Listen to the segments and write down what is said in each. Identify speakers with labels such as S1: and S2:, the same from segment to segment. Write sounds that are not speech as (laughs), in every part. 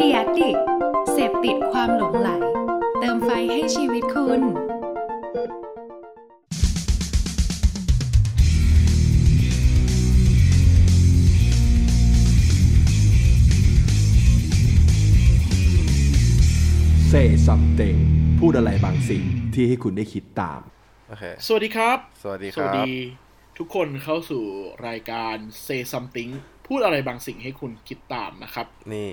S1: ดดิกเสพติดความหลงไหล เติมไฟให้ชีวิตคุณ
S2: Say something พูดอะไรบางสิ่งที่ให้คุณได้คิดตาม
S3: โอเค
S4: สวัสดีครับ
S3: สวัสดีค
S4: ส
S3: รั
S4: วั
S3: บ
S4: สดีทุกคนเข้าสู่รายการ Say Something พูดอะไรบางสิ่งให้คุณคิดตามนะครับ
S3: นี่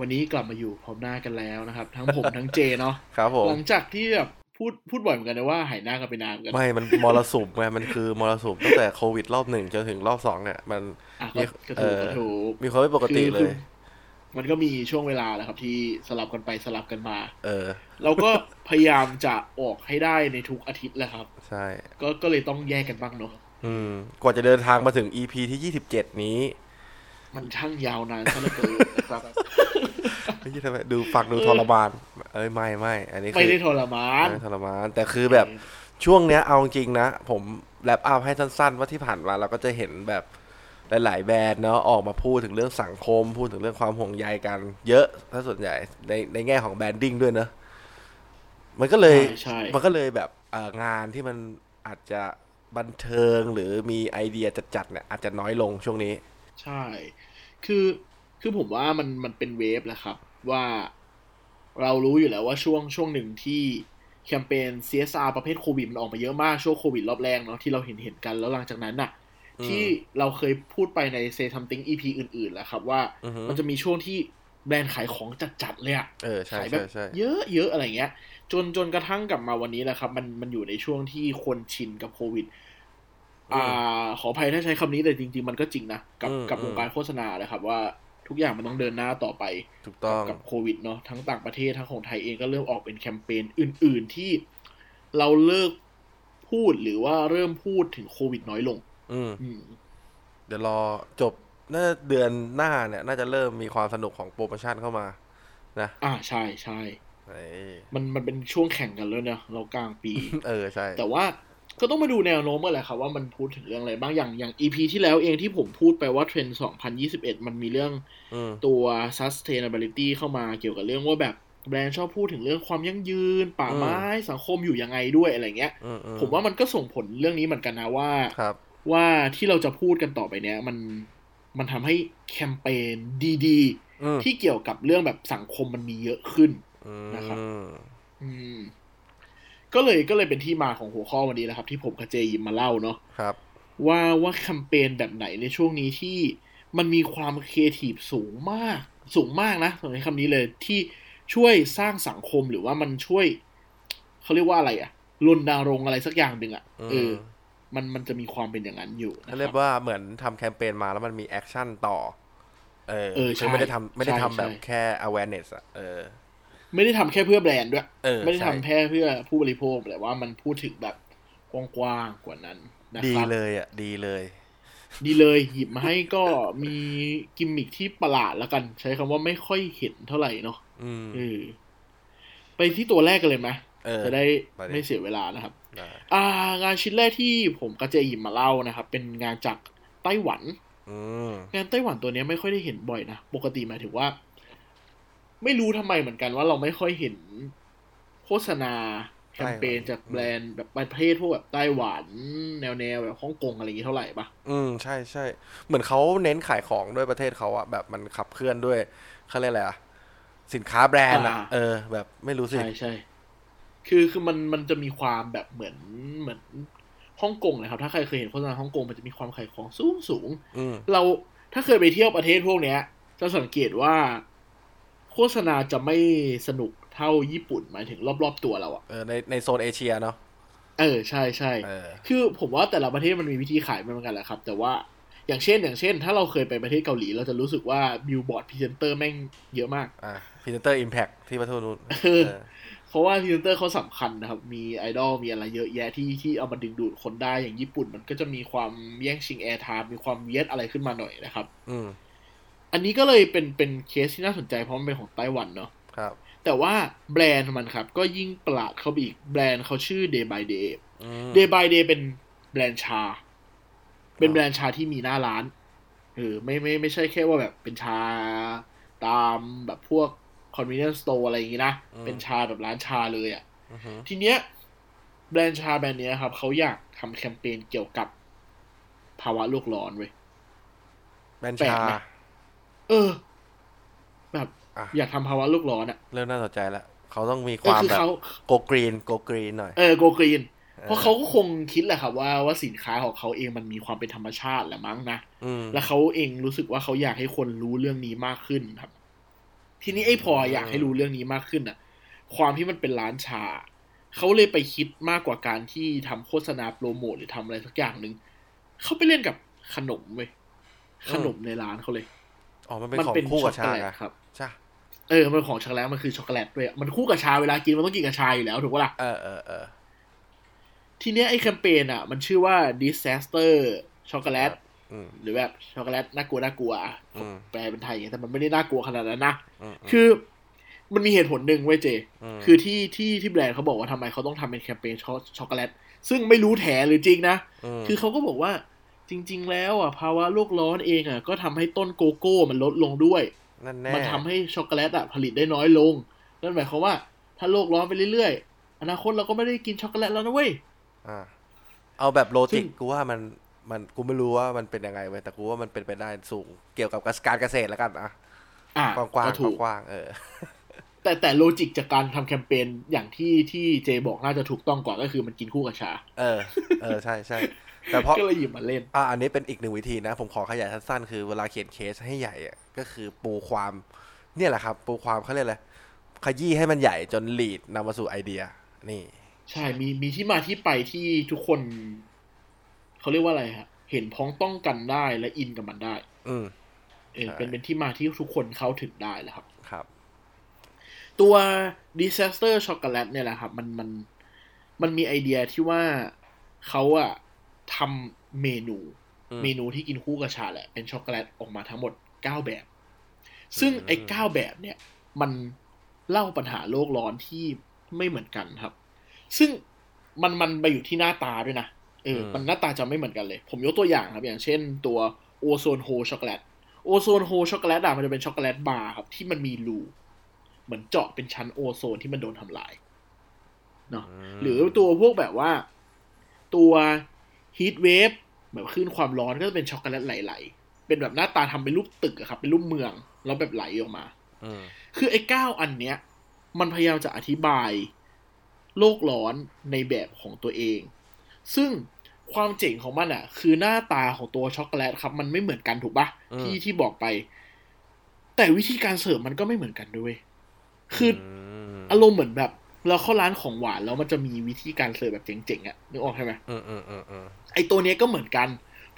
S4: วันนี้กลับมาอยู่พร้อมหน้ากันแล้วนะครับ ทั้ง
S3: (laughs)
S4: ผม ทั้งเจเนาะ
S3: ครับผม
S4: หลังจากที่แบบพูดพูดบ่อยเหมือนกันนะว่าหายหน้ากันไปนานเหมือนกัน
S3: ไม่ มันมรสุมไงมันคือมรสุมตั้งแต่โควิดรอบหนึ่งจนถึงรอบสองเนี่ยมัน
S4: อ่ะ
S3: มี
S4: ก็กระ
S3: เอ่
S4: ถู
S3: อ
S4: กกระถูก
S3: มีความไม่ปกติเล
S4: คื
S3: ย
S4: อมันก็มีช่วงเวลาแหละครับ ที่สลับกันไปสลับกันมา
S3: เออ
S4: เราก็ พยายามจะออกให้ได้ในทุกอาทิตย์แหละครับ
S3: ใช่
S4: ก็ก็เลยต้องแยกกันบ้างเนาะ
S3: อืม กว่าจะเดินทางมาถึง EP ที่ 27 นี้
S4: มันช่างยาวนานซะเหลือเกินนะครับ
S3: (laughs) ไม่ใช่ทำไมดูฟังดูทรมาน เอ้ย ไม่ไม่ อันนี้
S4: ไม่
S3: คือ
S4: ได้ทรมาน
S3: ไม่ได้ทรมาน แต่คือแบบช่วงเนี้ยเอาจริงๆนะ ผมแรปอัพให้สั้นๆ ว่าที่ผ่านมาเราก็จะเห็นแบบหลาย ๆ แบรนด์เนาะออกมาพูดถึงเรื่องสังคม พูดถึงเรื่องความห่วงใยกัน เยอะถ้าส่วนใหญ่ในในแง่ของแบรนดิ้งด้วยเนอะมันก็เลย
S4: ใช่ใช่
S3: มันก็เลยแบบเอ่องานที่มันอาจจะบันเทิงหรือมีไอเดียจัดๆเนี่ยอาจจะน้อยลงช่วงนี้
S4: ใช่ คือ คือผมว่ามัน มันเป็นเวฟแหละครับ ว่าเรารู้อยู่แล้วว่าช่วง ช่วงหนึ่งที่แคมเปญ CSR ประเภทโควิดมันออกมาเยอะมาก ช่วงโควิดรอบแรกเนาะที่เราเห็นเห็นกัน แล้วหลังจากนั้นน่ะ
S3: อืม
S4: ที่เราเคยพูดไปใน Say Something EP อื่นๆ แล้วครับ ว่า
S3: อือฮึ
S4: มันจะมีช่วงที่แบรนด์ขายของจัดๆเลยอะ
S3: เออ ใช่
S4: ขายแบ
S3: ใช่
S4: บ
S3: ใช่
S4: เยอะเยอะอะไรเงี้ย จนจนกระทั่งกลับมาวันนี้แหละครับ มันมันอยู่ในช่วงที่คนชินกับโควิด อ่า ขออภัยถ้าใช้คำนี้แต่จริง ๆ มันก็จริงนะ กับกับวงการโฆษณาเลยครับว่าทุกอย่างมันต้องเดินหน้าต่อไป
S3: ถูกต้อง
S4: กับโควิดเนาะทั้งต่างประเทศทั้งของไทยเองก็เริ่มออกเป็นแคมเปญอื่น ๆที่เราเลิกพูดหรือว่าเริ่มพูดถึงโควิดน้อยลง
S3: อืม
S4: อืม
S3: เดี๋ยวรอจบน่าจะเดือนหน้าเนี่ย น่าจะเริ่มมีความสนุกของโปรโมชั่นเข้ามา นะ
S4: อ่าใช่ใช่
S3: เออ
S4: มันมันเป็นช่วงแข่งกันแล้วเนาะเรากลางปี
S3: เออใช่
S4: แต่ว่าก็ต้องมาดูแนวโน้มกันแหละครับว่ามันพูดถึงเรื่องอะไรบ้างอย่างอย่าง EP ที่แล้วเองที่ผมพูดไปว่าเทรนด์2021 มันมีเรื่อง
S3: อืม
S4: ตัว sustainability เข้ามาเกี่ยวกับเรื่องว่าแบบแบรนด์ชอบพูดถึงเรื่องความยั่งยืน ป่า
S3: อืม
S4: ไม้สังคมอยู่ยังไงด้วยอะไรเงี้ย
S3: อือื
S4: ผมว่ามันก็ส่งผลเรื่องนี้เหมือนกันนะว่า
S3: ครับ
S4: ว่าที่เราจะพูดกันต่อไปเนี้ยมันมันทำให้แคมเปญดี
S3: อืม
S4: ๆ ที่เกี่ยวกับเรื่องแบบสังคมมันมีเยอะขึ้น
S3: อืม
S4: นะครับ อืม ก็เลยก็เลยเป็นที่มาของหัวข้อวันนี้นะครับ ที่ผมกับเจหยิมมาเล่าเนาะ
S3: ครับ
S4: ว่าว่าแคมเปญแบบไหนในช่วงนี้ที่มันมีความครีเอทีฟสูงมาก สูงมากนะใช้คำนี้เลยที่ช่วยสร้างสังคมหรือว่ามันช่วยเขาเรียกว่าอะไรอะรณรงค์อะไรสักอย่างหนึ่งอะ
S3: อืม
S4: เออ มันมันจะมีความเป็นอย่างนั้นอยู่นะ
S3: เขา
S4: ค
S3: เรี
S4: รั
S3: ย
S4: บ
S3: กว่าเหมือนทำแคมเปญมาแล้วมันมีแอคชั่นต่อ เออ
S4: เออใช่
S3: คือไม่ได้ทำไม่ได้ทำ
S4: ใช่
S3: แบบ
S4: ใช่
S3: แค่ awareness อ่ะเออ
S4: ไม่ได้ทำแค่เพื่อแบรนด์ด้วย
S3: เออ
S4: ไม่ได้
S3: ใช่
S4: ทำแค่เพื่อผู้บริโภคแต่ว่ามันพูดถึงแบบกว้างๆกว่านั้นนะ
S3: ดี
S4: ครับ
S3: เลยอ่ะ ดีเลย
S4: ดีเลยหยิบมาให้ก็มีกิมมิคที่ประหลาดแล้วกัน ใช้คำว่าไม่ค่อยเห็นเท่าไหร่เนาะ
S3: อืม
S4: เออไปที่ตัวแรกกันเลยไหม
S3: เออ
S4: จะได้
S3: ไปเลย
S4: ไม่เสียเวลานะครับ
S3: ได้
S4: อ่างานชิ้นแรกที่ผมกระเจหยิบมาเล่านะครับ เป็นงานจากไต้หวัน
S3: อืม
S4: งานไต้หวันตัวเนี้ยไม่ค่อยได้เห็นบ่อยนะ ปกติหมายถึงว่า ไม่รู้ทำไมเหมือนกันว่าเราไม่ค่อยเห็นโฆษณาแคมเปญ
S3: ไต้หวัน
S4: จากแบรนด์แบบประเทศพวกแบบไต้หวันแนวแนวๆแบบฮ่องกงอะไรอย่างงี้เท่าไหร่ปะ
S3: อืมใช่ใช่เหมือนเขาเน้นขายของด้วยประเทศเขาอะแบบมันขับเคลื่อนด้วยเขาเรียกอะไรอะสินค้าแบรนด์อะ
S4: อ่า
S3: เออ แบบไม่รู้สิ
S4: ใช่ใช่ คือคือมันมันจะมีความแบบเหมือนเหมือนฮ่องกงนะครับ ถ้าใครเคยเห็นโฆษณาฮ่องกงมันจะมีความขายของสูงสูง
S3: อืม
S4: เราถ้าเคยไปเที่ยวประเทศพวกเนี้ย จะสังเกตว่า โฆษณาจะไม่สนุกเท่าญี่ปุ่นหมายถึงรอบๆตัวเราอะ
S3: เออในในโซนเอเชียเนาะ
S4: เออใช่ใช่
S3: เออ
S4: คือผมว่าแต่ละประเทศมันมีวิธีขายไม่เหมือนกันแหละครับ แต่ว่าอย่างเช่น อย่างเช่น ถ้าเราเคยไปประเทศเกาหลีเราจะรู้สึกว่าบิลบอร์ดพรีเซนเตอร์แม่งเยอะมาก
S3: อ่ะพรีเซนเตอร์อิมแพคที่ประเทศนู้น
S4: เออ
S3: เออ
S4: เพราะว่าพรีเซนเตอร์เขาสำคัญนะครับ มีไอดอล มีอะไรเยอะแยะที่ที่เอามาดึงดูดคนได้ อย่างญี่ปุ่นมันก็จะมีความแย่งชิงแอร์ไทม์ มีความเวียดอะไรขึ้นมาหน่อยนะครับ
S3: อืม
S4: อันนี้ก็เลยเป็นเป็นเคสที่น่าสนใจเพราะมันเป็นของไต้หวันเนาะ
S3: ครับ
S4: แต่ว่าแบรนด์มันครับ ก็ยิ่งประหลาดเข้าไปอีก แบรนด์เขาชื่อ Day by Day
S3: อืม
S4: Day by Day เป็นแบรนด์ชา เป็นแบรนด์ชาที่มีหน้าร้าน เออ ไม่ไม่ไม่ใช่แค่ว่าแบบเป็นชา ตามแบบพวก convenience store อะไรอย่างงี้นะ
S3: อืม
S4: เป็นชาแบบร้านชาเลยอะ่ะ
S3: อือฮึ
S4: ทีเนี้ยแบรนด์ชาแบรนด์เนี้ยครับ เขาอยากทำแคมเปญเกี่ยวกับภาวะโลกร้อนเว้ย
S3: แบรนด์
S4: แปล
S3: ชาก
S4: นะ เออ แบบ
S3: อ่ะ
S4: อยากทำภาวะโลกร้อนอะ่ะ
S3: เริ่มน่าสนใจแล้วเขาต้องมีค
S4: เออ
S3: วาม
S4: คือ
S3: แบบ
S4: เขา
S3: โกกรีนโกกรีนหน่อย
S4: เออโกกรีน เพราะเขาก็คงคิดแหละครับว่าว่าสินค้าของเขาเองมันมีความเป็นธรรมชาติแหละมั้งนะ
S3: อืม
S4: แล้วเขาเองรู้สึกว่าเขาอยากให้คนรู้เรื่องนี้มากขึ้นครับ ทีนี้ไอ้พออยากให้รู้เรื่องนี้มากขึ้นอ่ะ ความที่มันเป็นร้านชา เขาเลยไปคิดมากกว่าการที่ทำโฆษณาโปรโมทหรือทำอะไรสักอย่างหนึ่งเขาไปเล่นกับขนมเว้ย
S3: อืม
S4: ขนมในร้านเขาเลย
S3: อ๋อมันเป็นของคู่กับชา
S4: โโลต
S3: อะ
S4: ครับ
S3: ใช่
S4: เออมันเป็นของช็อกโกแลตมันคือช็อกโกแลตด้วยมันคู่กับชาเวลากินมันต้องกินกับชาอยู่แล้วถูกปะล่ะ
S3: เออเออเออ
S4: ทีเนี้ยไอ้แคมเปญอ่ะ มันชื่อว่า disaster ช็อกโกแลต
S3: ครับอืม
S4: หรือแบบช็อกโกแลตน่ากลัวน่ากลัวอะ
S3: อืม
S4: แปลเป็นไทยอย่างเงี้ยแต่มันไม่ได้น่ากลัวขนาดนั้นนะ
S3: อืม
S4: คือมันมีเหตุผลหนึ่งเว้ยเจ
S3: อืม
S4: คือที่ที่ที่แบรนด์เขาบอกว่าทำไมเขาต้องทำเป็นแคมเปญช็อกช็อกโกแลตซึ่งไม่รู้แถหรือจริงนะ
S3: ม
S4: คือเขาก็บอกว่าจริง ๆ แล้วอ่ะภาวะโลกร้อนเองอ่ะก็ทำให้ต้นโกโก้มันลดลงด้วย
S3: นั่นแน่
S4: มันทำให้ช็อกโกแลตอ่ะผลิตได้น้อยลง นั่นหมายความว่าถ้าโลกร้อนไปเรื่อยๆอนาคตเราก็ไม่ได้กินช็อกโกแลตแล้วนะเว้ย
S3: อ่ะเอาแบบโล
S4: ซึ่
S3: จิก
S4: ง
S3: กูว่ามันมันกูไม่รู้ว่ามันเป็นยังไงเว้ยแต่กูว่ามันเป็นไปได้สูง เกี่ยวกับการเกษตรแล้วกันอ่ะ
S4: อ่ะ
S3: กว้างกว้าง
S4: ก็ถูก
S3: กว้างๆเออ
S4: แต่แต่โลจิกจากการทำแคมเปญอย่างที่ที่เจบอกน่าจะถูกต้องกว่าก็คือมันกินคู่กับชา
S3: เออ เอ
S4: (laughs)
S3: อ ใช่ใช่ แต่เพราะ
S4: ก็เลยหยิบมาเล่น
S3: อ่า อันนี้เป็นอีกหนึ่งวิธีนะ ผมขอขยายสั้นๆ คือเวลาเขียนเคสให้ใหญ่อะก็คือปูความ เนี่ยแหละครับ ปูความเขาเรียกอะไร ขยี้ให้มันใหญ่จนลีดนำมาสู่ไอเดีย นี่
S4: ใช่มีมีที่มาที่ไปที่ทุกคน เขาเรียกว่าอะไรฮะ เห็นพ้องต้องกันได้และอินกับมันได้
S3: อืม
S4: เออ
S3: ใช่
S4: เป็นเป็นที่มาที่ทุกคนเข้าถึงได้แหล้วครับ
S3: ครับ
S4: ตัว disaster chocolate เนี่ยแหละครับ มันมันมันมีไอเดียที่ว่าเขาอะทำเมนู
S3: อืม
S4: เมนูที่กินคู่กับชาแหละ เป็นช็อกโกแลตออกมาทั้งหมดเก้าแบบ ซึ่งไอ้เก้าแบบเนี่ย มันเล่าปัญหาโลกร้อนที่ไม่เหมือนกันครับ ซึ่งมันมันไปอยู่ที่หน้าตาด้วยนะเอออ
S3: ม
S4: มันหน้าตาจะไม่เหมือนกันเลย ผมยกตัวอย่างครับ อย่างเช่นตัวโอโซนโฮช็อกโกแลตโอโซนโฮช็อกโกแลตอะมันจะเป็นช็อกโกแลตบาร์ครับ ที่มันมีรูเหมือนเจาะเป็นชั้นโอโซนที่มันโดนทำลายเนาะ
S3: ม
S4: หรือตัวพวกแบบว่า ตัวฮีทเวฟแบบคลื่นความร้อนก็จะเป็นช็อกโกแลตไหลๆ เป็นแบบหน้าตาทำเป็นรูปตึกอะครับ เป็นรูปเมือง แล้วแบบไหลออกมา
S3: อืม
S4: คือไอ้เก้าอันเนี้ย มันพยายามจะอธิบายโลกร้อนในแบบของตัวเอง ซึ่งความเจ๋งของมันอะคือหน้าตาของตัวช็อกโกแลตครับ มันไม่เหมือนกันถูกปะ
S3: อืม
S4: ที่ที่บอกไป แต่วิธีการเสิร์ฟมันก็ไม่เหมือนกันด้วย คือ
S3: ม
S4: อารมณ์เหมือนแบบเราเข้าร้านของหวานแล้วมันจะมีวิธีการเสิร์ฟแบบเจ๋งๆอะนึกออกใช่ไหม
S3: อืมอืมอืมอืม
S4: ไอตัวเนี้ยก็เหมือนกัน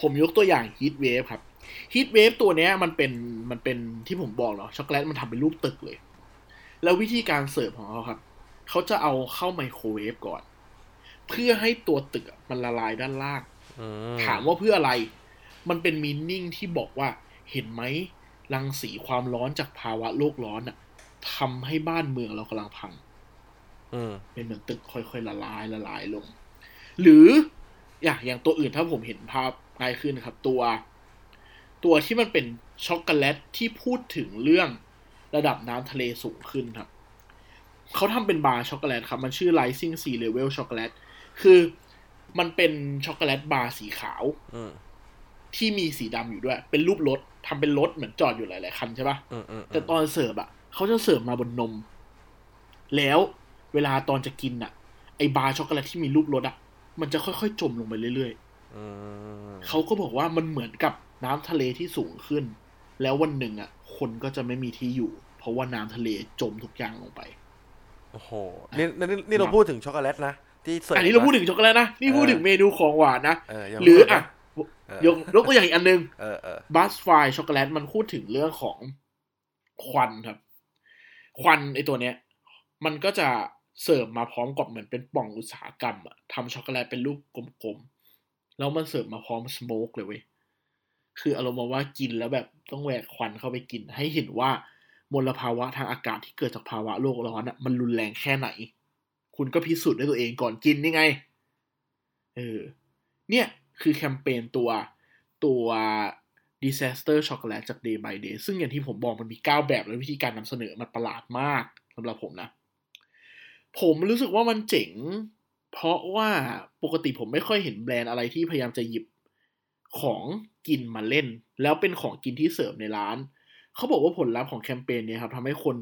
S4: ผมยกตัวอย่างฮีทเวฟครับฮีทเวฟตัวเนี้ยมันเป็นมันเป็นที่ผมบอกเนาะช็อกโกแลตมันทำเป็นรูปตึกเลย แล้ววิธีการเสิร์ฟของเขาครับ เขาจะเอาเข้าไมโครเวฟก่อน เพื่อให้ตัวตึกอะมันละลายด้านล่าง
S3: อื
S4: ถามว่าเพื่ออะไร มันเป็นมีนิ่งที่บอกว่า เห็นไหมรังสีความร้อนจากภาวะโลกร้อนอะทำให้บ้านเมืองเรากำลังพัง
S3: อืม
S4: เป็นเหมือนตึกค่อยๆละลายละลายลง หรืออย่างอย่างตัวอื่นถ้าผมเห็นภาพง่ายขึ้นนะครับ ตัว ตัวที่มันเป็นช็อกโกแลตที่พูดถึงเรื่องระดับน้ำทะเลสูงขึ้นครับ เขาทำเป็นบาร์ช็อกโกแลตครับ มันชื่อ Rising Sea Level Chocolate คือมันเป็นช็อกโกแลตบาร์สีขาว
S3: อืม
S4: ที่มีสีดำอยู่ด้วย เป็นรูปรถทำเป็นรถเหมือนจอดอยู่หลายๆคันใช่ปะ
S3: อืมอืม
S4: แต่ตอนเสิร์ฟอ่ะเขาจะเสิร์ฟมาบนนม แล้วเวลาตอนจะกินอ่ะ ไอบาร์ช็อกโกแลตที่มีรูปรสอ่ะ มันจะค่อยๆ จมลงไปเรื่อย
S3: อืม
S4: ๆเขาก็บอกว่ามันเหมือนกับน้ำทะเลที่สูงขึ้น แล้ววันหนึ่งอ่ะ คนก็จะไม่มีที่อยู่ เพราะว่าน้ำทะเลจมทุกอย่างลงไป
S3: โอ้โหนี่นี่นี่เราพูดถึงช็อกโกแลตนะที่เสิร์ฟ
S4: อันนี้เรา
S3: ะ
S4: พูดถึงช็อกโกแลตนะ นี่
S3: เออ
S4: พูดถึงเมนูของหวานนะ
S3: เออยังไม่
S4: หรือ
S3: พูดน
S4: อ่ะ
S3: เออย
S4: กยกตัวอย่างอีกอันหนึง
S3: เออเออ
S4: บัสไฟช็อกโกแลตมันพูดถึงเรื่องของควันครับ ควันไอตัวเนี้ย มันก็จะเสิร์ฟมาพร้อมกับเหมือนเป็นปล่องอุตสาหกรรมอะทำช็อกโกแลตเป็นรูปกลมๆ แล้วมันเสิร์ฟมาพร้อมสโมกเลยเว้ยคืออารมณ์มาว่ากินแล้วแบบต้องแหวกควันเข้าไปกิน ให้เห็นว่ามลภาวะทางอากาศที่เกิดจากภาวะโลกร้อนอะมันรุนแรงแค่ไหน คุณก็พิสูจน์ด้วยตัวเองก่อนกินนี่ไง เออ เนี่ยคือแคมเปญตัวตัว Disaster Chocolate จาก Day by Day ซึ่งอย่างที่ผมบอกมันมี 9 แบบและวิธีการนำเสนอมันประหลาดมากสำหรับผมนะ ผมรู้สึกว่ามันเจ๋ง เพราะว่าปกติผมไม่ค่อยเห็นแบรนด์อะไรที่พยายามจะหยิบของกินมาเล่น แล้วเป็นของกินที่เสิร์ฟในร้าน เขาบอกว่าผลลัพธ์ของแคมเปญเนี่ยครับทำให้คน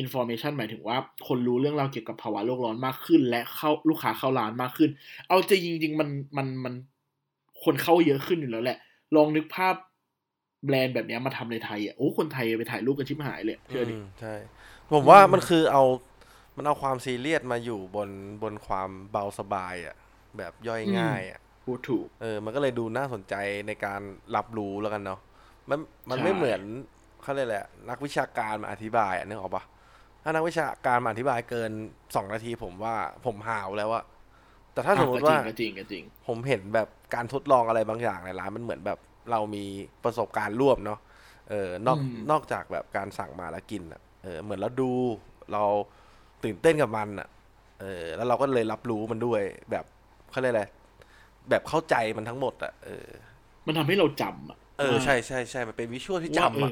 S4: information หมายถึงว่า คนรู้เรื่องราวเกี่ยวกับภาวะโลกร้อนมากขึ้น และเข้าลูกค้าเข้าร้านมากขึ้น เอาจริงจริงๆมันมันมันคนเข้าเยอะขึ้นอยู่แล้วแหละ ลองนึกภาพแบรนด์แบบเนี้ยมาทำในไทยอ่ะโอ้คนไทยไปถ่ายรูปกันชิบหายเลยเชื่อดิ
S3: มใช่ ผมว่ามันคือเอา มันเอาความซีเรียสมาอยู่บนบนความเบาสบายอะ่ะ แบบย่อยง่ายอะ่ะ
S4: พูดถูก
S3: เออ มันก็เลยดูน่าสนใจในการรับรู้แล้วกันเนาะ มันมัน
S4: ใช่
S3: ไม่เหมือนเขาเลยกแหละไรนักวิชาการมาอธิบายอะนึกออกปะถ้านักวิชาการมาอธิบายเกินสองนาทีผมว่าผมหาวแล้วอะแต่ถ้าสมมติว่า
S4: อ่ะก็จริงก็จริงก็จริง
S3: ผมเห็นแบบการทดลองอะไรบางอย่างในร้านมันเหมือนแบบเรามีประสบการณ์ร่วมเนาะเออนอก
S4: อืม
S3: นอกจากแบบการสั่งมาแล้วกินอ่ะเออเหมือนเราดูเราตื่นเต้นกับมันอ่ะเออแล้วเราก็เลยรับรู้มันด้วยแบบเขาเรียกอะไรแบบเข้าใจมันทั้งหมดอ่ะเออ
S4: มันทำให้เราจำอ่ะ
S3: เออใช่ใช่ใช่มันเป็นวิชวลที่จำ
S4: ว่า
S3: อ่ะ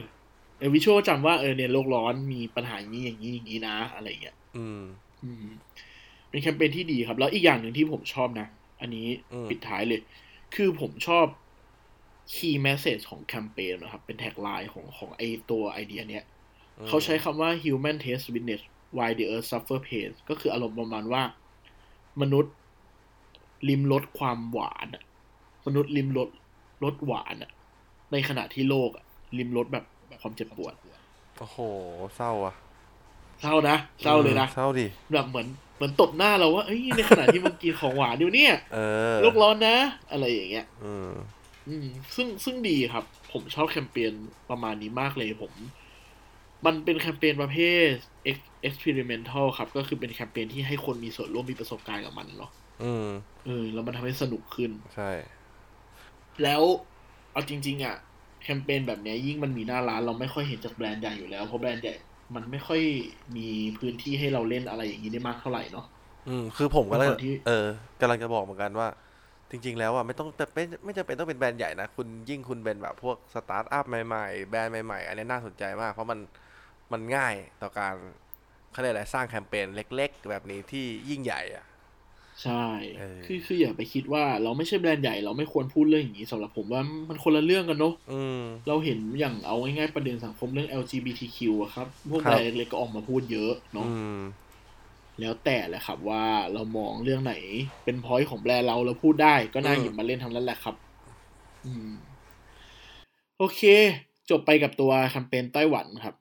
S4: เออวิชวลจำว่าเออเนี่ยโลกร้อนมีปัญหาอย่างนี้อย่างนี้อย่างนี้นะ อะไรอย่างเงี้ย
S3: อืม
S4: อืมเป็นแคมเปญที่ดีครับ แล้วอีกอย่างหนึ่งที่ผมชอบนะ อันนี้
S3: อืม
S4: ปิดท้ายเลย คือผมชอบ key message ของแคมเปญนะครับ เป็นแท็กไลน์ของของไอตัวไอเดียเนี้ย เขาใช้คำว่า human taste witness why the earth suffer pain ก็คืออารมณ์ประมาณว่า มนุษย์ลิมรสความหวานอะมนุษย์ลิมรสรสหวานอะในขณะที่โลกอะลิมรสแบบแบบความเจ็บปวด
S3: โอ้โหเศร้าอ่ะ
S4: เศร้านะเศร้าเลยนะ
S3: ออเศร้าดิ
S4: แบบเหมือนเหมือนตบหน้าเราว่าเอ้ยในขณะที่มันกินของหวานอยู่เนี่ย
S3: เออ
S4: โลกร้อนนะ อะไรอย่างเงี้ย
S3: อืม
S4: อืม ซึ่งซึ่งดีครับ ผมชอบแคมเปญประมาณนี้มากเลยผม มันเป็นแคมเปญประเภท ex- experimental ครับ ก็คือเป็นแคมเปญที่ให้คนมีส่วนร่วมมีประสบการณ์กับมันเนาะ
S3: อืม
S4: เออแล้วมันทำให้สนุกขึ้น
S3: ใช่
S4: แล้วเอาจริง ๆอะ่ะแคมเปญแบบเนี้ยยิ่งมันมีหน้าร้านเราไม่ค่อยเห็นจากแบรนด์ใหญ่อยู่แล้วเพราะแบรนด์ใหญ่มันไม่ค่อยมีพื้นที่ให้เราเล่นอะไรอย่างนี้ได้มากเท่าไหร่เนาะ
S3: อืมคือผมก็เลย
S4: ก่อนที่
S3: เออกำลังจะบอกเหมือนกันว่า จริง ๆ แล้วอ่ะไม่ต้องแต่ไม่ไม่จำเป็นต้องเป็นแบรนด์ใหญ่นะ คุณยิ่งคุณเป็นแบบพวกสตาร์ทอัพใหม่ๆ แบรนด์ใหม่ๆ อันนี้น่าสนใจมาก เพราะมันมันง่ายต่อการเขาเรียกอะไรสร้างแคมเปญเล็ก ๆ แบบนี้ที่ยิ่งใหญ่อ่ะ
S4: ใช่
S3: เออ
S4: คือคืออย่าไปคิดว่าเราไม่ใช่แบรนด์ใหญ่เราไม่ควรพูดเรื่องอย่างนี้สำหรับผมว่ามันคนละเรื่องกันเนาะ
S3: อืม
S4: เราเห็นอย่างเอาง่ายๆประเด็นสังคมเรื่อง LGBTQ อะครับ พวก
S3: ครั
S4: แบร
S3: บ
S4: นด์เล็กๆก็ออกมาพูดเยอะเนาะ
S3: อืม
S4: แล้วแต่แหละครับว่าเรามองเรื่องไหนเป็นพอยต์ของแบรนด์เราเราพูดได้ก็น่าหยิบมาเล่นทั้งนั้นแหละครับ อืม โอเค จบไปกับตัวแคมเปญไต้หวันครับ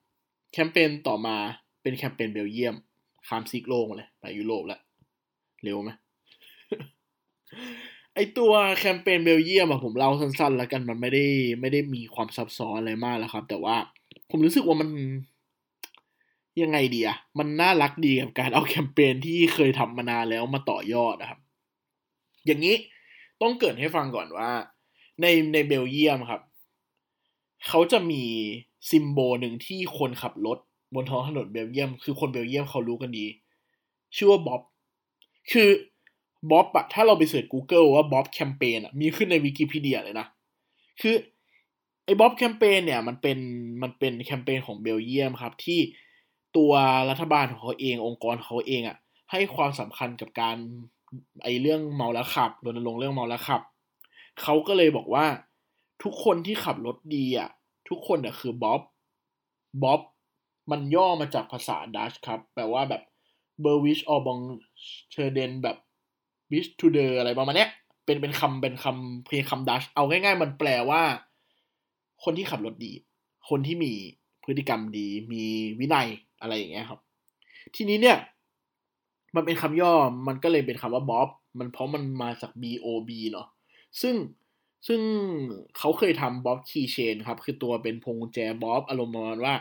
S4: แคมเปญต่อมาเป็นแคมเปญเบลเยียมข้ามซีกโลกมาเลยไปยุโรปแล้วเร็วไหม ไอตัวแคมเปญเบลเยียมอะผมเล่าสั้นๆ แล้วกันมันไม่ได้ไม่ได้มีความซับซ้อนอะไรมากแล้วครับ แต่ว่าผมรู้สึกว่ามัน ยังไงดีอะมันน่ารักดีกับการเอาแคมเปญที่เคยทำมานานแล้วมาต่อยอดนะครับ อย่างนี้ต้องเกริดให้ฟังก่อนว่า ในในเบลเยียมครับ เขาจะมีซิมโบลหนึ่งที่คนขับรถบนท้องถนนเบลเยียม คือคนเบลเยียมเขารู้กันดี ชื่อว่าบ๊อบ คือบ๊อบอะถ้าเราไปเสิร์ช Google ว่าบ๊อบแคมเปญอะมีขึ้นในวิกิพีเดียเลยนะ คือไอ้บ๊อบแคมเปญเนี่ยมันเป็นมันเป็นแคมเปญของเบลเยียมครับ ที่ตัวรัฐบาลของเขาเององค์กรของเขาเองอะให้ความสำคัญกับการไอ้เรื่องเมาแล้วขับรณรงค์เรื่องเมาแล้วขับ เขาก็เลยบอกว่าทุกคนที่ขับรถดีอ่ะ ทุกคนอ่ะคือบ๊อบบ๊อบมันย่อมาจากภาษาดัชครับ แปลว่าแบบเบอร์วิชออบองเชอเดนแบบวิชทูเดออะไรประมาณเนี้ยเป็นเป็นคำเป็นคำเพียงคำดัชเอาง่ายๆ มันแปลว่า คนที่ขับรถดี คนที่มีพฤติกรรมดี มีวินัยอะไรอย่างเงี้ยครับ ทีนี้เนี่ย มันเป็นคำย่อมันก็เลยเป็นคำว่าบ๊อบมันเพราะมันมาจาก B O B เนาะ ซึ่งซึ่งเขาเคยทำบ๊อบคีเชนครับ คือตัวเป็นพวงกุญแจบ๊อบอารมณ์ประมาณว่า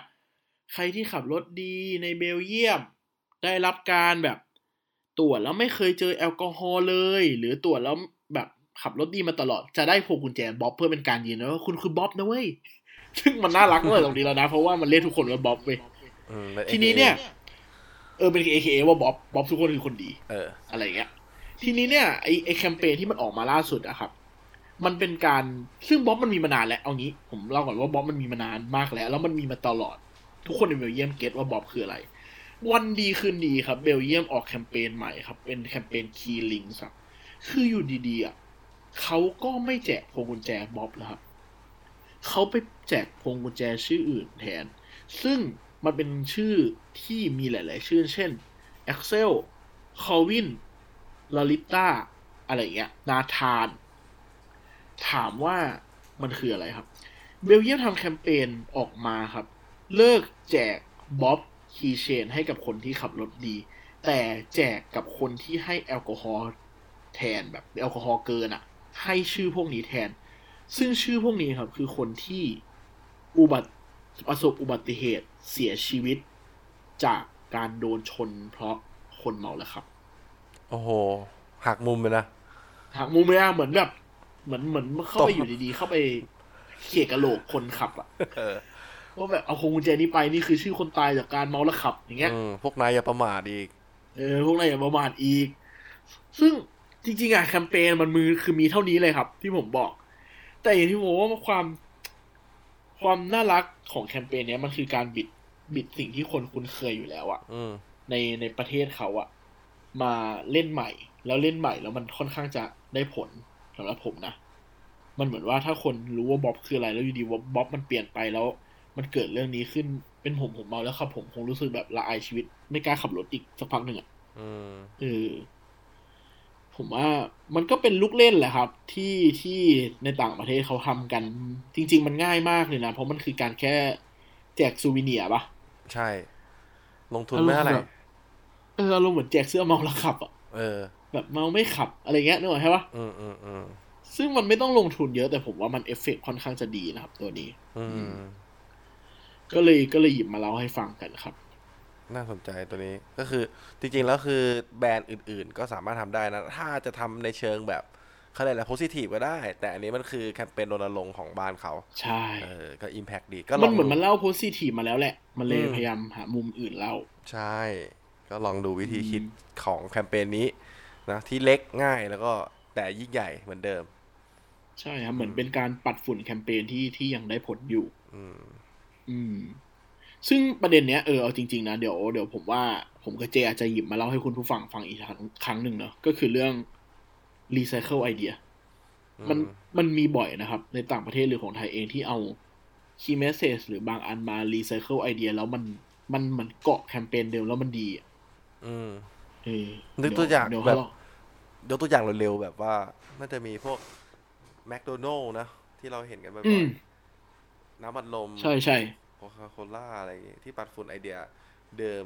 S4: ใครที่ขับรถดีในเบลเยียม ได้รับการแบบตรวจแล้วไม่เคยเจอแอลกอฮอล์เลย หรือตรวจแล้วแบบขับรถดีมาตลอดจะได้พวงกุญแจบ๊อบเพื่อเป็นการยืนยันว่าคุณคือบ๊อบนะเว้ย (laughs) ซึ่งมันน่ารักมากตรงนี้แล้วนะ เพราะว่ามันเรียกทุกคนว่าบ๊อบเว้ย
S3: อืมเป็
S4: ทีนี้เนี่ย
S3: AKA
S4: เออเป็น AKA ว่าบ๊อบบ๊อบทุกคนคือคนดี
S3: เออ
S4: อะไรอย่างเงี้ย ทีนี้เนี่ยไอไอแคมเปญที่มันออกมาล่าสุดอะครับ มันเป็นการซึ่งบ๊อบมันมีมานานแล้วเอางี้ ผมเล่าก่อนว่าบ๊อบมันมีมานานมากแล้ว แล้วมันมีมาตลอด ทุกคนในเบลเยียมเก็ตว่าบ๊อบคืออะไร วันดีคืนดีครับ เบลเยียมออกแคมเปญใหม่ครับ เป็นแคมเปญคีลิงครับ คืออยู่ดีๆอ่ะเขาก็ไม่แจกพวงกุญแจบ๊อบแล้วครับเขาไปแจกพวงกุญแจชื่ออื่นแทน ซึ่งมันเป็นชื่อที่มีหลาย ๆ ชื่อ เช่น Axel, Colvin, Lalita อะไรอย่างเงี้ย นาธาน ถามว่ามันคืออะไรครับ เบลเยียมทำแคมเปญออกมาครับ เลิกแจกบ๊อบคีย์เชนให้กับคนที่ขับรถดี แต่แจกกับคนที่ให้แอลกอฮอล์แทนแบบแอลกอฮอล์เกินอะ่ะ ให้ชื่อพวกนี้แทน ซึ่งชื่อพวกนี้ครับ คือคนที่อุบัติประสบอุบัติเหตุเสียชีวิต จากการโดนชนเพราะคนเมาแล้วครับ
S3: โอ้โหหักมุมเลยนะ
S4: ทางมูเมียเหมือนแบบเหมือนเหมือนเข้าไปอยู่ดีๆ เข้าไปเขี่ยกระโหลกคนขับอะ
S3: เออ
S4: ว่าแบบเอาพวงกุญแจนี้ไปนี่คือชื่อคนตายจากการเมาแล้วขับ อย่างเงี้ย
S3: อืมพวกนายอย่าประมาทอีก
S4: เออพวกนายอย่าประมาทอีก ซึ่งจริง ๆอะแคมเปญมันมือคือมีเท่านี้เลยครับ ที่ผมบอก แต่อย่างที่ผมว่าความความน่ารักของแคมเปญเนี้ยมันคือการบิดบิดสิ่งที่คนคุ้นเคยอยู่แล้วอะ
S3: อืม
S4: ในในประเทศเขาอะมาเล่นใหม่ แล้วเล่นใหม่แล้วมันค่อนข้างจะได้ผลสำหรับผมนะมันเหมือนว่าถ้าคนรู้ว่าบ๊อบคืออะไรแล้วอยู่ดีว่าบ๊อบมันเปลี่ยนไปแล้ว มันเกิดเรื่องนี้ขึ้นเป็นผมผมเมาแล้วครับ ผมคงรู้สึกแบบละอายชีวิต ไม่กล้าขับรถอีกสักพักหนึ่งอ่ะ
S3: อืม
S4: เออผมว่ามันก็เป็นลูกเล่นแหละครับ ที่ที่ในต่างประเทศเขาทำกัน จริง ๆ มันง่ายมากเลยนะ เพราะมันคือการแค่แจกซูวิเนียร์ปะ
S3: ใช่ ลงทุนไม่เท่าไหร่
S4: เออเราเหมือนแจกเสื้อเมาแล้วขับอ่ะ
S3: เออ
S4: แบบเมาไม่ขับ อะไรเงี้ยนึกออกใช่ปะ
S3: อืมอืมอืม
S4: ซึ่งมันไม่ต้องลงทุนเยอะแต่ผมว่ามันเอฟเฟกต์ค่อนข้างจะดีนะครับ ตัวนี้
S3: อืม
S4: ก็เลยก็เลยหยิบมาเล่าให้ฟังกันครับ
S3: น่าสนใจตัวนี้ก็คือจริงๆแล้วคือแบรนด์อื่นๆ ก็สามารถทำได้นะ ถ้าจะทำในเชิงแบบเขาเรียกอะไรโพซิทีฟก็ได้ แต่อันนี้มันคือแคมเปญรณรงค์ของบ้านเขา
S4: ใช่
S3: เออก็อิมแพกดีก็ลอ
S4: มั
S3: น ง
S4: เหมือนมัน
S3: ดู
S4: เล่าโพสิทีฟมาแล้วแหละ มันเลย
S3: อืม
S4: พยายามหามุมอื่นเล่า
S3: ใช่ ก็ลองดูวิธีคิดของแคมเปญนี้นะที่เล็กง่ายแล้วก็แต่ยิ่งใหญ่เหมือนเดิม
S4: ใช่ครับ เหมือนเป็นการปัดฝุ่นแคมเปญที่ที่ยังได้ผลอยู่
S3: อืม
S4: อืม ซึ่งประเด็นเนี้ยเออเอาจริงๆนะเดี๋ยวเดี๋ยวผมว่าผมกับเจอาจจะหยิบมาเล่าให้คุณผู้ฟังฟังอีกครั้งครั้งหนึ่งเนาะก็คือเรื่องรีไซเคิลไอเดียมันมันมีบ่อยนะครับ ในต่างประเทศหรือของไทยเองที่เอาคีย์เมสเซจหรือบางอันมารีไซเคิลไอเดียแล้วมันมันเหมือนเกาะแคมเปญเดิมแล้วมันดีอะ
S3: อืม
S4: เออ
S3: นึกตัวอย่าง
S4: เดี๋ว
S3: แบบ
S4: เร
S3: ยกตัวอย่างเร็วๆแบบว่าน่าจะมีพวกแมคโดนัลล์นะที่เราเห็นกันบ่อ
S4: อื
S3: ย
S4: ม
S3: ๆน้ำอัดลม
S4: ใช่ใช่
S3: โคคาโคล่าอะไรอย่างงี้ที่ปัดฝุ่นไอเดียเดิม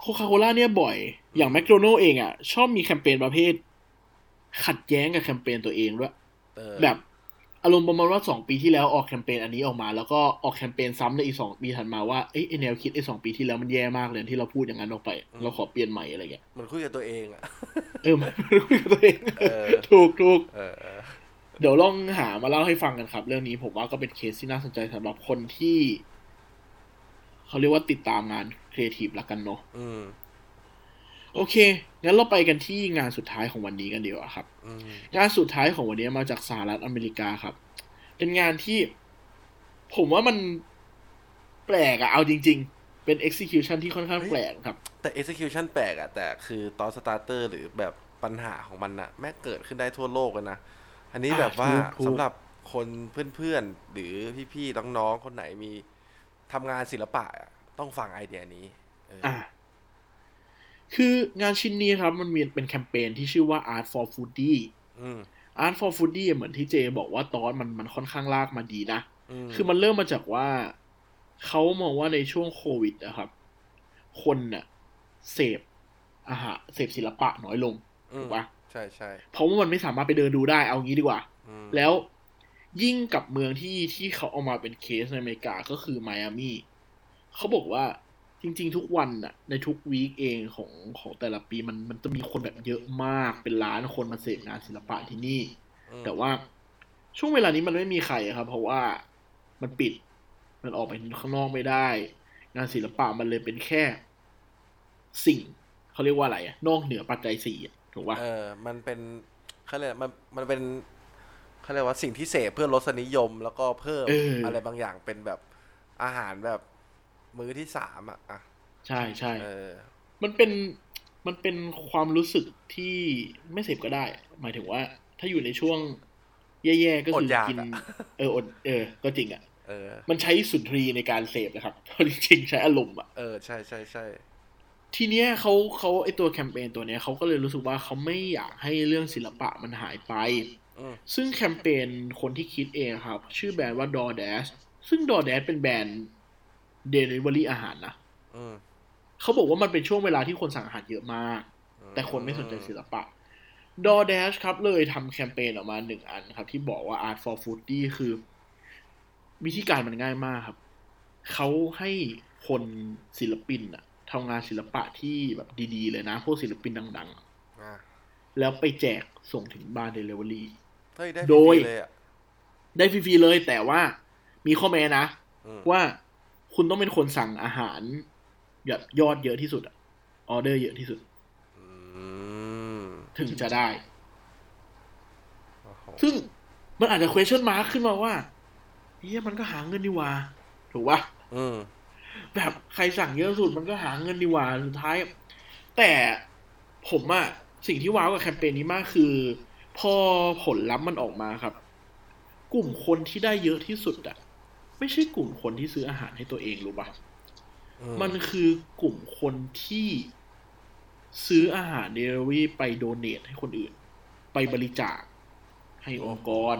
S4: โคคาโคล่าเนี่ยบ่อย อย่างแมคโดนัลเองอะ่ะ ชอบมีแคมเปญประเภท ขัดแย้งกับแคมเปญตัวเองด้วย
S3: เออ
S4: แบบอารมณ์ประมาณว่าสองปีที่แล้วออกแคมเปญอันนี้ออกมา แล้วก็ออกแคมเปญซ้ำในอีกสองปีถัดมาว่าเอ้ยไอ้แนวคิดไอ้สองปีที่แล้วมันแย่มากเลยที่เราพูดอย่างนั้นออกไป เราขอเปลี่ยนใหม่อะไรเงี้ย
S3: มันคุยกับตัวเองอ่ะ
S4: เออมันไม่คุยกับตัวเอง
S3: เออ
S4: ถูกถูก
S3: เออเออ
S4: เดี๋ยวลองหามาเล่าให้ฟังกันครับ เรื่องนี้ผมว่าก็เป็นเคสที่น่าสนใจสำหรับคนที่เขาเรียกว่าติดตามงานครีเอทีฟละกันเนาะ
S3: อืม
S4: โอเค งั้นเราไปกันที่งานสุดท้ายของวันนี้กันดีกว่าครับ
S3: อืม
S4: งานสุดท้ายของวันนี้มาจากสหรัฐอเมริกาครับ เป็นงานที่ ผมว่ามันแปลกอะเอาจริง ๆ เป็น execution ที่ค่อนข้างแปลกครับ
S3: แต่ execution แปลกอ่ะ แต่คือตอน starter หรือแบบปัญหาของมันน่ะ แม่งเกิดขึ้นได้ทั่วโลกเลยนะ อันนี้แบบว่า
S4: อ่าถูก
S3: สำหรับคนเพื่อนๆ หรือพี่ๆ น้องๆ คนไหนมีทำงานศิลปะอะต้องฟังไอเดียนี้เอออ
S4: อ่ะคืองานชิ้นนี้ครับ มันมีเป็นแคมเปญที่ชื่อว่า art for foodie
S3: อืม
S4: art for foodie เหมือนที่เจบอกว่าตอนมันมันค่อนข้างลากมาดีนะ
S3: อืม
S4: คือมันเริ่มมาจากว่าเขามองว่าในช่วงโควิดนะครับ คนน่ะเสพอาหารเสพศิลปะน้อยลง
S3: อืม
S4: ถูกปะ
S3: ใช่ใช่
S4: เพราะว่ามันไม่สามารถไปเดินดูได้เอางี้ดีกว่า
S3: อืม
S4: แล้วยิ่งกับเมืองที่ที่เขาเอามาเป็นเคสในอเมริกาก็คือไมอามี่เขาบอกว่าจริง ๆ ทุกวันน่ะ ในทุกวีคเองของของแต่ละปีมันมันจะมีคนแบบเยอะมากเป็นล้านคนมาเสพงานศิลปะที่นี่
S3: อืม
S4: แต่ว่าช่วงเวลานี้มันไม่มีใครอะครับ เพราะว่ามันปิด มันออกไปข้างนอกไม่ได้ งานศิลปะมันเลยเป็นแค่ สิ่งเขาเรียกว่าอะไรอะนอกเหนือปัจจัยสี่อะถูกปะ
S3: เออ มันเป็นเขาเรียกอะไรมันมันเป็น เขาเรียกว่าสิ่งที่เสพเพื่อลดสนิยม แล้วก็เพิ่ม
S4: เอออ
S3: อะไรบางอย่างเป็นแบบอาหารแบบมื้อที่สามอ่ะอ่ะ
S4: ใช่ใช่
S3: เออ
S4: มันเป็นมันเป็นความรู้สึกที่ไม่เสพก็ได้ หมายถึงว่า ถ้าอยู่ในช่วง แย่ๆก็คือ
S3: ดอยาก
S4: กิน
S3: อะ
S4: เอออดเออ ก็จริงอ่ะ
S3: เออ
S4: มันใช้สุนทรีในการเสพนะครับ (laughs) จริงๆใช้อารมณ์อ่ะ
S3: เออ ใช่ใช่ใช่
S4: ทีเนี้ยเขาเขาไอตัวแคมเปญตัวเนี้ยเขาก็เลยรู้สึกว่าเขาไม่อยากให้เรื่องศิลปะมันหายไป
S3: อืม
S4: ซึ่งแคมเปญคนที่คิดเองครับ ชื่อแบรนด์ว่า DoorDash ซึ่ง DoorDash เป็นแบรนด์ Delivery อาหารนะ
S3: อืม
S4: เขาบอกว่ามันเป็นช่วงเวลาที่คนสั่งอาหารเยอะมาก แต่คนไม่สนใจศิลปะ DoorDash ครับเลยทำแคมเปญออกมาหนึ่งอันครับ ที่บอกว่า Art for Foodie คือ วิธีการมันง่ายมากครับ เขาให้คนศิลปินอะทำงานศิลปะที่แบบดีๆ เลยนะ พวกศิลปินดังๆอะ
S3: อ่ะ
S4: แล้วไปแจกส่งถึงบ้านเดลิเวอรี่
S3: เฮ้ยได้
S4: โด
S3: โด
S4: ย
S3: ยเลยอ่ะ
S4: ได้ฟรีๆเลยแต่ว่ามีข้อแม้นะ
S3: อืม
S4: ว่าคุณต้องเป็นคนสั่งอาหารแบบยอดเยอะที่สุดอะออเดอร์เยอะที่สุด
S3: อืม
S4: ถึงจะได้
S3: โอ้โห
S4: ซึ่งมันอาจจะ question mark ขึ้นมาว่าเฮียมันก็หาเงินดีหว่าถูกปะ
S3: อืม
S4: แบบใครสั่งเยอะสุดมันก็หาเงินดีหว่าสุดท้าย แต่ผมอะสิ่งที่ว้าวกับแคมเปญนี้มากคือ พอผลลัพธ์มันออกมาครับ กลุ่มคนที่ได้เยอะที่สุดอะไม่ใช่กลุ่มคนที่ซื้ออาหารให้ตัวเองรู้ปะ
S3: อื
S4: มันคือกลุ่มคนที่ซื้ออาหารเดลิเวอรี่ไปโดเนทให้คนอื่น ไปบริจาค ให้องค์กร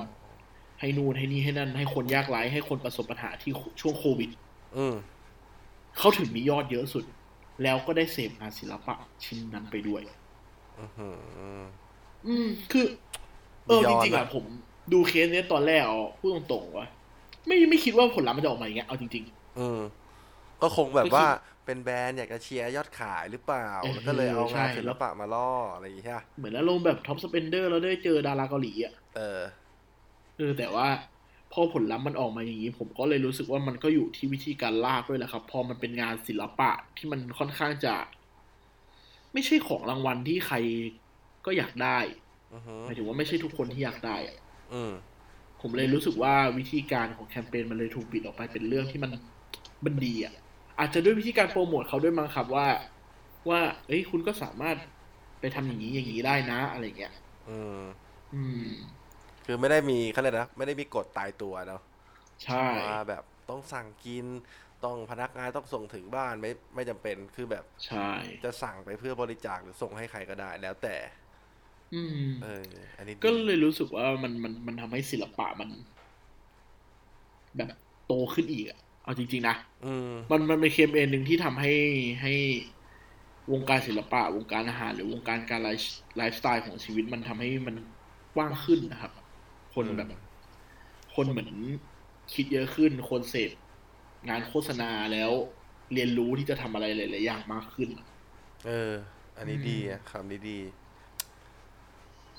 S4: ให้นู่นให้นี่ให้นั่น ให้คนยากไร้ให้คนประสบปัญหาที่ช่วงโควิด
S3: อืม
S4: เขาถึงมียอดเยอะสุด แล้วก็ได้เสพงานศิลปะชิ้นนั้นไปด้วย
S3: อื้อหือ
S4: อืม คือ เออ
S3: มีย
S4: จ
S3: อด
S4: ริงๆอะ
S3: นะ
S4: ผมดูเคสเนี้ยตอนแรกเอาพูดตรงๆว่าไม่ไม่คิดว่าผลลัพธ์มันจะออกมาอย่างเงี้ยเอาจริง
S3: อืมก็คงแบบ
S4: ก็คือ
S3: ว่าเป็นแบรนด์อยากจะเชียร์ยอดขายหรือเปล่า
S4: เออ
S3: แล้วก็เลยเอา
S4: ใช่
S3: งานศิลปะมาล่ออะไรอย่างเงี้ย
S4: ๆ เหมือนอารมณ์แบบท็อปสเปนเดอร์แล้วได้เจอดาราเกาหลีอะ
S3: เออ
S4: เออแต่ว่าพอผลลัพธ์มันออกมาอย่างนี้ ผมก็เลยรู้สึกว่ามันก็อยู่ที่วิธีการลากด้วยแหละครับ พอมันเป็นงานศิลปะที่มันค่อนข้างจะ ไม่ใช่ของรางวัลที่ใครก็อยากได้
S3: อือหือ
S4: หมายถึงว่าไม่ใช่ทุกคนที่อยากได้อะ
S3: อืม
S4: ผมเลยรู้สึกว่าวิธีการของแคมเปญมันเลยถูกบิดออกไปเป็นเรื่องที่มันมันดีอ่ะอาจจะด้วยวิธีการโปรโมทเขาด้วยมั้งครับว่า ว่า เอ้ยคุณก็สามารถไปทำอย่างนี้อย่างนี้ได้นะ อะไรเงี้ย
S3: อืม
S4: อืม
S3: คือไม่ได้มีเขาเลยกนะ ไม่ได้มีกฎตายตัวเนาะ
S4: ใช่
S3: ว่าแบบต้องสั่งกิน ต้องพนักงานต้องส่งถึงบ้านไม่ไม่จำเป็นคือแบบ
S4: ใช่
S3: จะสั่งไปเพื่อบริจาคหรือส่งให้ใครก็ได้ แล้วแต่
S4: อืม
S3: เออ อันนี้ดี
S4: ก็เลยรู้สึกว่ามันมันมันทำให้ศิลปะมัน แบบโตขึ้นอีกอะเอาจริง ๆ นะ
S3: อืม
S4: มันมันเป็นเคมเอนหนึ่งที่ทำให้ให้วงการศิลปะ วงการอาหาร หรือวงการการไลฟ์ไลฟ์สไตล์ของชีวิตมันทำให้มันกว้างขึ้นนะครับ คนแบบ คนเหมือนคิดเยอะขึ้น คนเสพงานโฆษณาแล้ว เรียนรู้ที่จะทำอะไรหลายๆอย่างมากขึ้น
S3: เออ อันนี้ดีอะคำนี้ดี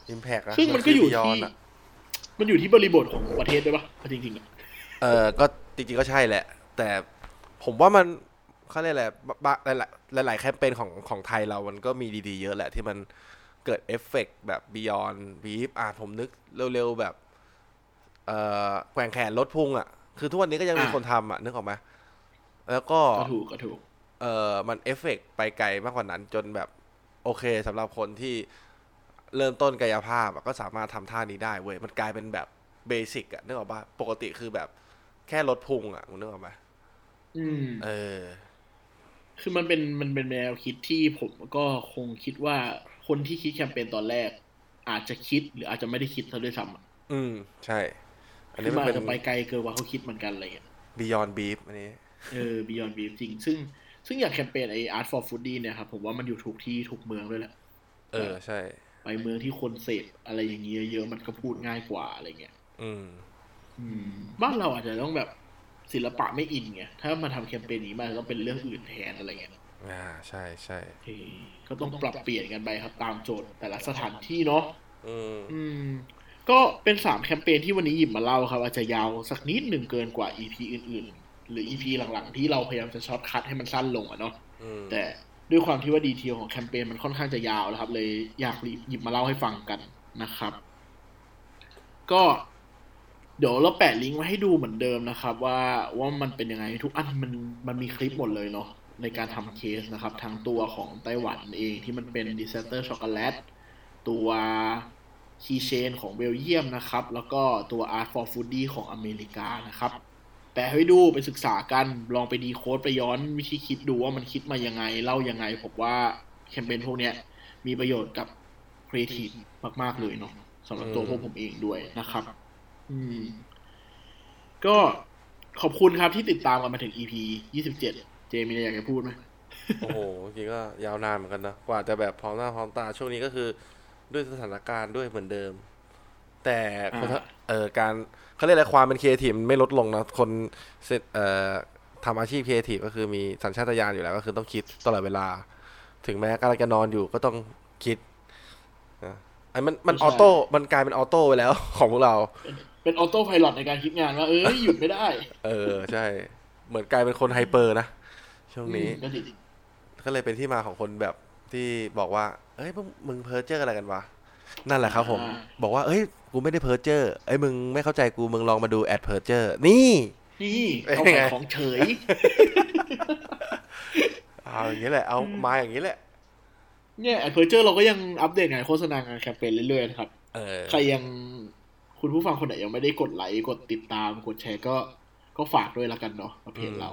S3: อิมแพกอะ
S4: ซึ่งมันก็อยู่
S3: คื Beyond
S4: ที่
S3: อะ
S4: มันอยู่ที่บริบทของประเทศด้วยปะเอาจริงๆอะ
S3: เออก็จริงๆก็ใช่แหละ แต่ผมว่ามันเขาเรียกอะไรบะหลายๆหลายๆแคมเปญของของไทยเรามันก็มีดีๆเยอะแหละที่มันเกิดเอฟเฟกต์แบบ Beyond b e e f อ่ะผมนึกเร็วๆแบบ เอ่อแกว่งแขนลดพุงอ่ะ คือทุกวันนี้ก็ยังมี
S4: อ่ะ
S3: คนทำอ่ะนึกออกไหมแล้วก็
S4: ก็ถูกก็ถูก
S3: เออมันเอฟเฟกต์ไปไกลมากกว่านั้นจนแบบโอเคสำหรับคนที่เริ่มต้นกายภาพอะก็สามารถทำท่านี้ได้เว้ย มันกลายเป็นแบบเบสิกอะนึกออกปะปกติคือแบบแค่ลดพุงอะมึงนึกออกไหม
S4: อืม
S3: เออ
S4: คือมันเป็นมันเป็นแนวคิดที่ผมก็คงคิดว่าคนที่คิดแคมเปญตอนแรก อาจจะคิดหรืออาจจะไม่ได้คิดซะด้วยซ้ำอะ
S3: อืม ใช่ อัน
S4: คื
S3: นี้
S4: อ
S3: มั
S4: มัน
S3: น
S4: อา
S3: เป็
S4: จ
S3: น
S4: จะไปไกลเกินกว่าเขาคิดเหมือนกันอะไรอย่างเงี้ย
S3: beyond beef อันนี้
S4: เออ Beyond Beef จริง ซึ่งซึ่งอย่างแคมเปญไอ Art for Foodie เนี่ยครับผมว่ามันอยู่ถูกที่ถูกเมืองด้วยแหละ
S3: เออ ใช่
S4: ไปเมืองที่คนเสพอะไรอย่างเงี้ยเยอะมันก็พูดง่ายกว่าอะไรเงี้ย
S3: อืม
S4: อืม บ้านเราอาจจะต้องแบบศิลปะไม่อินไงถ้ามาทำแคมเปญนี้มันจะต้องเป็นเรื่องอื่นแทนอะไรเงี้ย
S3: อ่า ใช่ใช่
S4: เออก็ต้องปรับเปลี่ยนกันไปครับตามโจทย์แต่ละสถานที่เนาะ
S3: อืม
S4: อืมก็เป็นสามแคมเปญที่วันนี้หยิบมาเล่าครับ อาจจะยาวสักนิดหนึ่งเกินกว่า EP อื่นๆ หรือ EP หลังๆ ที่เราพยายามจะช็อตคัดให้มันสั้นลงอะเนาะ
S3: อืม
S4: แต่ด้วยความที่ว่าดีเทลของแคมเปญมันค่อนข้างจะยาวนะครับ เลยอยากหยิบมาเล่าให้ฟังกันนะครับ ก็ ดี๋ยวเราแปะลิงก์ไว้ให้ดูเหมือนเดิมนะครับ ว่าว่ามันเป็นยังไงทุกอันมันมันมีคลิปหมดเลยเนาะในการทำเคสนะครับ ทั้งตัวของไต้หวันเองที่มันเป็นดิเซเตอร์ช็อกโกแลตตัวคีเชนของเบลเยียมนะครับ แล้วก็ตัวอาร์ตฟอร์ฟูดี้ของอเมริกานะครับ แปะให้ดูไปศึกษากันลองไปดีโค้ดไปย้อนวิธีคิดดูว่ามันคิดมายังไงเล่ายังไง ผมว่าแคมเปญพวกเนี้ยมีประโยชน์กับครีเอทีฟมาก ๆ เลยเนาะสำหรับตัวพวกผมเองด้วยนะครับ อืม ก็ขอบคุณครับที่ติดตามกันมาถึง EP ยี่สิบเจ็ดเจมีอะไรอยากจะพูดไหม
S3: โอ้โหจริงๆก็ยาวนานเหมือนกันนะกว่าจะแบบพร้อมหน้าพร้อมตาช่วงนี้ก็คือด้วยสถานการณ์ด้วยเหมือนเดิม แต่คนทะเออการเขาเรียกอะไรความเป็นครีเอทีฟมันไม่ลดลงนะคนเสร็จเอ่อทำอาชีพครีเอทีฟก็คือมีสัญชาตญาณอยู่แล้วก็คือต้องคิดตลอดเวลา ถึงแม้กำลังจะนอนอยู่ก็ต้องคิดนะไอ้มันมันออโต้มันกลายเป็นออโต้ไปแล้ว ของพวกเรา
S4: เป็นออโต้ไพลอตในการคิดงานว่า เอ้ยหยุดไม่ได้
S3: เออใช่ เหมือนกลายเป็นคนไฮเปอร์นะช่วงนี้
S4: อืมก็จริง
S3: ก็เลยเป็นที่มาของคนแบบที่บอกว่า เอ้ยพวกมึงเพ้อเจออะไรกันวะ นั่นแหละครับผม บอกว่า เอ้ย กูไม่ได้เพ้อเจอเอ้ย มึงไม่เข้าใจกู มึงลองมาดูแอดเพ้อเจอนี่
S4: นี่
S3: เป็น
S4: เขาขายของเฉย
S3: เอาอย่างนี้แหละ เอามาอย่างนี้แหละ
S4: เนี่ยแอดเพอร์เจอร์เราก็ยังอัปเดตงานโฆษณางานแคมเปญเรื่อยๆนะครับ
S3: เออ
S4: ใครยังคุณผู้ฟังคนไหนยังไม่ได้กดไลค์กดติดตามกดแชร์ก็ก็ฝากด้วยละกันเนาะกับเพจเรา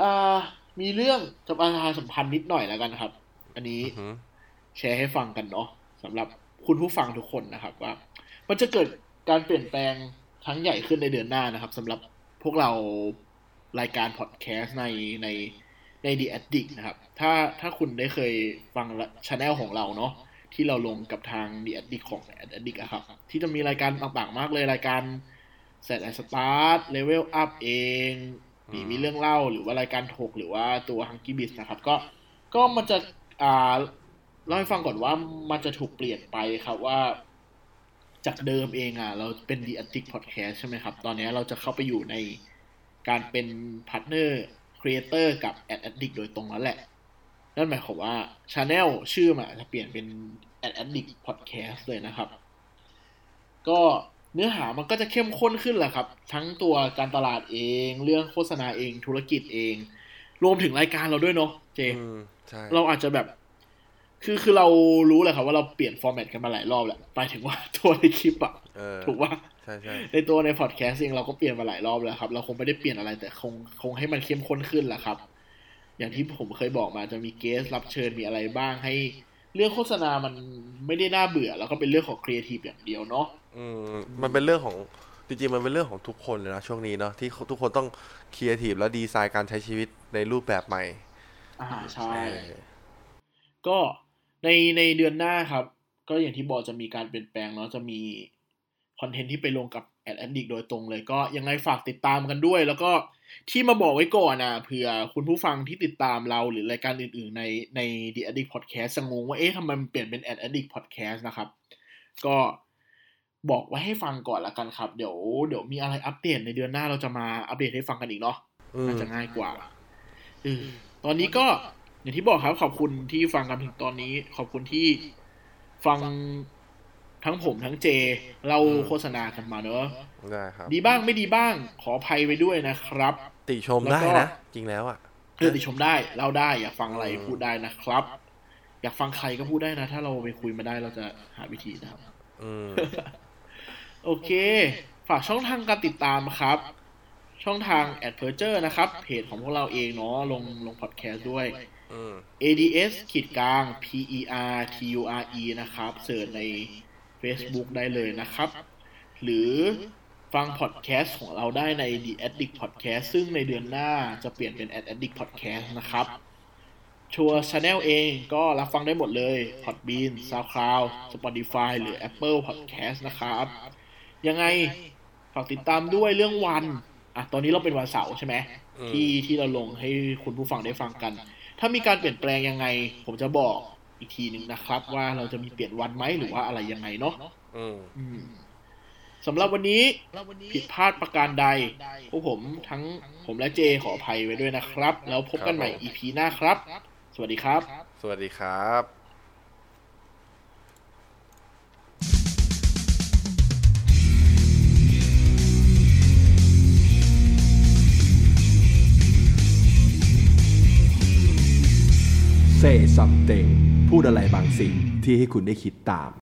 S4: อ่ามีเรื่องกับอาชาสัมพันธ์นิดหน่อยแล้วกันครับ อันนี้
S3: อือหือ
S4: แชร์ให้ฟังกันเนาะสำหรับคุณผู้ฟังทุกคนนะครับว่า มันจะเกิดการเปลี่ยนแปลงครั้งใหญ่ขึ้นในเดือนหน้านะครับสำหรับพวกเรารายการพอดแคสต์ในในใน The Addict นะครับ ถ้าถ้าคุณได้เคยฟังช anel ของเราเนาะที่เราลงกับทาง The Addict ของ The Addict อะครับ ที่จะมีรายการต่างๆมากเลยรายการ s e t and Start Level Up เองมีมีเรื่องเล่าหรือว่ารายการถกหรือว่าตัว Hunky b i z นะครับ ก็ก็มันจะอ่าเล่าให้ฟังก่อนว่ามันจะถูกเปลี่ยนไปครับว่า จากเดิมเองอ่ะ เราเป็น The Addict Podcast ใช่ไหมครับ ตอนนี้เราจะเข้าไปอยู่ในการเป็นพาร์ทเนอร์ครีเอเตอร์กับ Ad Addict โดยตรงแล้วแหละ นั่นหมายความว่า Channel ชื่อมันอาจจะเปลี่ยนเป็น Ad Addict Podcast เลยนะครับ ก็เนื้อหามันก็จะเข้มข้นขึ้นแหละครับ ทั้งตัวการตลาดเอง เรื่องโฆษณาเองธุรกิจเอง รวมถึงรายการเราด้วยเนาะเจ
S3: อืม ใช่
S4: เราอาจจะแบบ คือคือเรารู้แหละครับว่าเราเปลี่ยนฟอร์แมตกันมาหลายรอบแหละหมายถึงว่า (laughs) ตัวในคลิปอะ
S3: เออ
S4: ถูกว่า
S3: ใช่ใช่
S4: ในตัวในพอดแคสต์เองเราก็เปลี่ยนมาหลายรอบแล้วครับ เราคงไม่ได้เปลี่ยนอะไรแต่คงคงให้มันเข้มข้นขึ้นแหละครับ อย่างที่ผมเคยบอกมาจะมีเกสรับเชิญมีอะไรบ้างให้ เรื่องโฆษณามันไม่ได้น่าเบื่อ แล้วก็เป็นเรื่องของครีเอทีฟอย่างเดียวเนาะ
S3: อืม มันเป็นเรื่องของ จริงๆ มันเป็นเรื่องของทุกคนเลยนะช่วงนี้เนาะ ที่ทุกคนต้องครีเอทีฟและดีไซน์การใช้ชีวิตในรูปแบบใหม่
S4: อ่าใช่ ก็ในในเดือนหน้าครับ ก็อย่างที่บอกจะมีการเปลี่ยนแปลงเนาะจะมีคอนเทนต์ที่ไปลงกับแอดแอนดิกโดยตรงเลยก็ยังไงฝากติดตามกันด้วย แล้วก็ที่มาบอกไว้ก่อนนะเผื่อคุณผู้ฟังที่ติดตามเราหรือรายการอื่นๆ ในใน The Addict Podcast จะงงว่าเอ๊ะทำไมมันเปลี่ยนเป็น Ad Addict Podcast นะครับ ก็บอกไว้ให้ฟังก่อนละกันครับ เดี๋ยวเดี๋ยวมีอะไรอัปเดตในเดือนหน้าเราจะมาอัปเดตให้ฟังกันอีกเนาะ
S3: อืม
S4: น่าจะง่ายกว่าเออตอนนี้ก็อย่างที่บอกครับ ขอบคุณที่ฟังกันถึงตอนนี้ ขอบคุณที่ฟังทั้งผมทั้งเจ เราโฆษณากันมาเนอะ
S3: ได้ครับ
S4: ดีบ้างไม่ดีบ้าง ขออภัยไว้ด้วยนะครับ
S3: ติชม
S4: แล้
S3: ได้
S4: วก็
S3: นะ จริงแล้วอ่ะ
S4: เออติชมได้เล่าได้ อยากฟังอะไรพูดได้นะครับ อยากฟังใครก็พูดได้นะ ถ้าเราไปคุยมาได้เราจะหาวิธีนะครับ
S3: อื (laughs) ม
S4: โอเค ฝากช่องทางการติดตามครับ ช่องทาง a d p e r t u r e นะครับ เพจของพวกเราเองเนาะลงลงพอดแคสต์ด้วย
S3: อืม
S4: ads ขีดกลาง p e r t u r e นะครับ เสิร์ชใน Facebook ได้เลยนะครับ หรือฟังพอดแคสต์ของเราได้ใน The Addict Podcast ซึ่งในเดือนหน้าจะเปลี่ยนเป็น Ad Addict Podcast นะครับ ชัวร์ชาแนลเองก็รับฟังได้หมดเลย Podbean SoundCloud Spotify หรือ Apple Podcast นะครับ ยังไง ฝากติดตามด้วยเรื่องวัน อ่ะ ตอนนี้เราเป็นวันเสาร์ใช่ไหม
S3: อืม
S4: ที่ที่เราลงให้คุณผู้ฟังได้ฟังกัน ถ้ามีการเปลี่ยนแปลงยังไง ผมจะบอกอีกทีหนึ่งนะครับ ว่าเราจะมีเปลี่ยนวันไหมหรือว่าอะไรยังไงเนาะ
S3: อืม
S4: อืมสำหรับวันนี้ผิ
S5: ผิ
S4: ด
S5: ด
S4: พ
S5: พ
S4: ลา
S5: ลา
S4: ด
S5: ด
S4: ป
S5: ประ ระ
S4: กา
S5: การ ร
S4: ใด
S5: ใด
S4: พวกผมทั้งผมและเจขออภัยไว้ด้วยนะครับ แล้วพบกันใหม่ EP หน้าครับ สวัสดีค
S5: ค
S4: รั
S5: รับ บ
S3: สวัสดีครับ
S1: เ
S2: say something พูดอะไรบางสิ่งที่ให้คุณได้คิดตาม